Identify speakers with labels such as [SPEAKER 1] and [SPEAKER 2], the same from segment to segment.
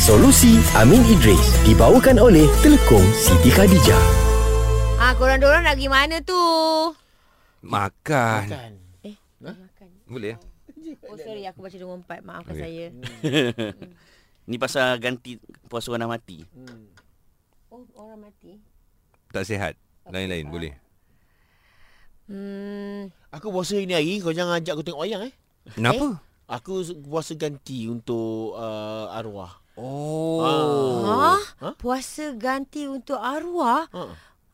[SPEAKER 1] Solusi Amin Idris dibawakan oleh Telekom Siti Khadijah.
[SPEAKER 2] Ah, korang dorang nak pergi mana tu?
[SPEAKER 3] Makan. Makan.
[SPEAKER 2] Eh,
[SPEAKER 3] Hah?
[SPEAKER 2] makan.
[SPEAKER 3] Boleh ya?
[SPEAKER 2] Oh, sorry. Aku baca 24. Maafkan
[SPEAKER 3] Okey.
[SPEAKER 2] saya.
[SPEAKER 4] Hmm. Ni pasal ganti puasa orang dah mati.
[SPEAKER 2] Oh, orang mati.
[SPEAKER 3] Tak sihat. Lain-lain boleh.
[SPEAKER 2] Hmm.
[SPEAKER 5] Aku puasa ini hari Kau jangan ajak aku tengok wayang eh
[SPEAKER 3] Kenapa?
[SPEAKER 5] Aku s- puasa ganti untuk uh, arwah
[SPEAKER 3] Oh.
[SPEAKER 2] Oh.
[SPEAKER 5] Ah.
[SPEAKER 2] Ha?
[SPEAKER 5] Ha?
[SPEAKER 2] Puasa ganti untuk arwah?
[SPEAKER 5] Ha.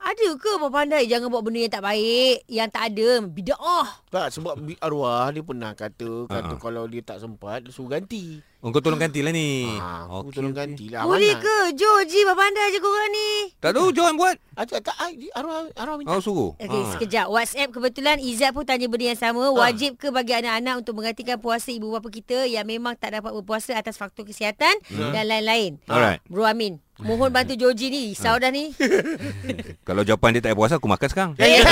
[SPEAKER 2] Ada ke orang pandai jangan buat benda yang tak baik, yang tak ada, bid'ah?
[SPEAKER 5] Tak sebab bi- arwah dia pernah kata Kata
[SPEAKER 3] Ha.
[SPEAKER 5] kalau dia tak sempat dia Suruh ganti
[SPEAKER 3] Oh, kau tolong gantilah ni.
[SPEAKER 5] ha, Aku
[SPEAKER 3] Okey,
[SPEAKER 5] tolong
[SPEAKER 3] okey.
[SPEAKER 5] ganti lah
[SPEAKER 2] Boleh ke? Jo, Ji, pandai je korang ni.
[SPEAKER 3] Tak tahu Johan buat.
[SPEAKER 5] Ajak tak ah, dia- arwah, arwah minta
[SPEAKER 3] Aku suruh.
[SPEAKER 2] Okey,
[SPEAKER 4] Ah.
[SPEAKER 3] Ha.
[SPEAKER 2] sekejap. WhatsApp kebetulan Izzat pun tanya benda yang sama. Wajib ke bagi anak-anak untuk menggantikan puasa ibu bapa kita yang memang tak dapat berpuasa atas faktor kesihatan
[SPEAKER 4] Hmm.
[SPEAKER 2] dan lain-lain?
[SPEAKER 3] Alright.
[SPEAKER 2] Bro Amin, mohon bantu Joji ni. Risau dah ni.
[SPEAKER 3] Kalau jawapan dia tak payah puasa, aku makan sekarang.
[SPEAKER 4] Ya,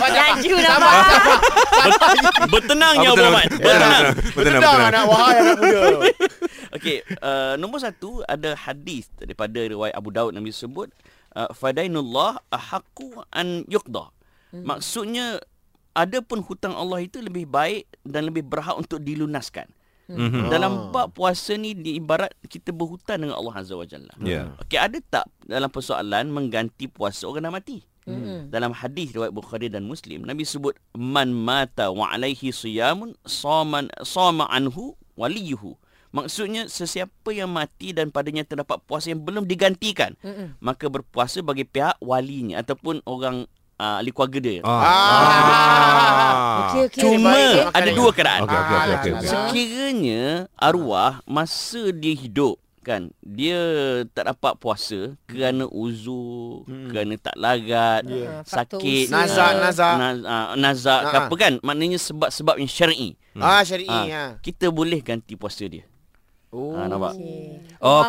[SPEAKER 2] Laju lah, nampak.
[SPEAKER 4] Bertenang ya
[SPEAKER 3] Ah, betul, lah,
[SPEAKER 4] Muhammad.
[SPEAKER 3] betul,
[SPEAKER 4] Bertenang.
[SPEAKER 3] Betul lah. betul.
[SPEAKER 5] Dah anak wahai anak muda
[SPEAKER 4] Okey, uh, nombor satu ada hadis daripada riwayat Abu Daud Nabi sebut uh, fadainullah ahaqqu an yuqda. Maksudnya ada pun hutang Allah itu lebih baik dan lebih berhak untuk dilunaskan.
[SPEAKER 3] Mhm.
[SPEAKER 4] Dalam bab puasa ni diibarat kita berhutang dengan Allah Azza wa Jalla.
[SPEAKER 3] Ya.
[SPEAKER 4] Okey, ada tak dalam persoalan mengganti puasa orang dah mati? Dalam hadis riwayat Bukhari dan Muslim, Nabi sebut man mata wa alaihi siyamun saman sama anhu waliyuhu. Maksudnya sesiapa yang mati dan padanya terdapat puasa yang belum digantikan,
[SPEAKER 2] Mm-mm.
[SPEAKER 4] maka berpuasa bagi pihak walinya ataupun orang uh, ahli keluarga dia.
[SPEAKER 3] Ah.
[SPEAKER 2] Okey, okey.
[SPEAKER 4] Ah. Cuma
[SPEAKER 5] baik.
[SPEAKER 4] ada dua keadaan.
[SPEAKER 3] Okey, okey, okey, okey,
[SPEAKER 2] Ya.
[SPEAKER 3] okey.
[SPEAKER 4] Sekiranya arwah masa dia hidup kan dia tak dapat puasa kerana uzur hmm. kerana tak larat yeah.
[SPEAKER 2] faktor
[SPEAKER 4] sakit eh,
[SPEAKER 2] usia. Nazak,
[SPEAKER 5] Ya. nazak.
[SPEAKER 4] naz, uh, nazak ke
[SPEAKER 5] Ha, ha.
[SPEAKER 4] apa kan maknanya sebab-sebab yang syar'i
[SPEAKER 3] Hmm.
[SPEAKER 5] Ah syari'i
[SPEAKER 4] Ah,
[SPEAKER 5] ha.
[SPEAKER 4] kita boleh ganti puasa dia
[SPEAKER 5] Oh.
[SPEAKER 3] Ah,
[SPEAKER 4] ha, nampak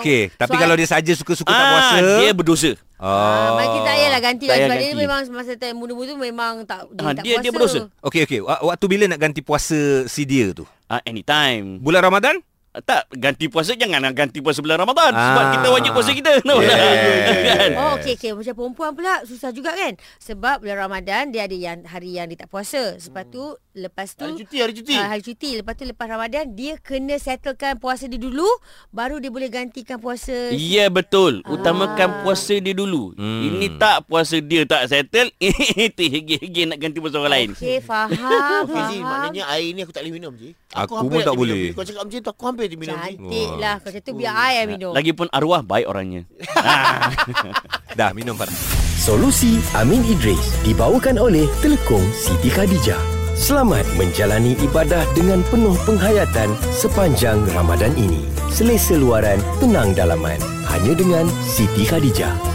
[SPEAKER 3] Okey, tapi kalau dia saja suka-suka tak
[SPEAKER 4] Ah,
[SPEAKER 3] puasa,
[SPEAKER 4] dia berdosa
[SPEAKER 2] Ah, mari kita tak payahlah ganti lah
[SPEAKER 4] Tak payah
[SPEAKER 2] sebab dia
[SPEAKER 4] ganti.
[SPEAKER 2] memang masa time muda-muda tu memang tak dia
[SPEAKER 4] Ah,
[SPEAKER 2] tak
[SPEAKER 4] dia-
[SPEAKER 2] puasa.
[SPEAKER 4] dia berdosa.
[SPEAKER 3] Okey okey, Wa- waktu bila nak ganti puasa si dia tu?
[SPEAKER 4] uh, anytime
[SPEAKER 3] Bulan Ramadan?
[SPEAKER 4] Ah, tak ganti puasa janganlah ganti puasa bulan Ramadan sebab
[SPEAKER 3] Ah.
[SPEAKER 4] kita wajib puasa kita Nampak tak? Kan?
[SPEAKER 2] Oh okey okey macam perempuan pula susah juga kan sebab bulan Ramadan dia ada yang hari yang dia tak puasa. Sebab tu lepas tu
[SPEAKER 5] Hari cuti hari cuti
[SPEAKER 2] Ah, hari cuti lepas tu lepas Ramadan dia kena settlekan puasa dia dulu baru dia boleh gantikan puasa.
[SPEAKER 4] Ya betul Utamakan puasa dia dulu
[SPEAKER 3] Hmm.
[SPEAKER 4] Ini tak puasa dia tak settle Itu hege-hege nak ganti puasa orang lain
[SPEAKER 2] Okey faham.
[SPEAKER 5] Okey Ji
[SPEAKER 2] faham.
[SPEAKER 5] maknanya air ni aku tak boleh minum Ji
[SPEAKER 3] Aku pun
[SPEAKER 5] hampir
[SPEAKER 3] tak
[SPEAKER 5] terminum,
[SPEAKER 3] boleh.
[SPEAKER 5] Ji. Kau cakap macam tu aku hampir terminum Ji
[SPEAKER 2] Cantik lah Kalau macam tu biar I yang minum
[SPEAKER 4] Lagipun arwah baik orangnya
[SPEAKER 3] Dah minum Farah.
[SPEAKER 1] Solusi Amin Idris dibawakan oleh Telekom Siti Khadijah. Selamat menjalani ibadah dengan penuh penghayatan sepanjang Ramadan ini. Selesa luaran, tenang dalaman. Hanya dengan Siti Khadijah.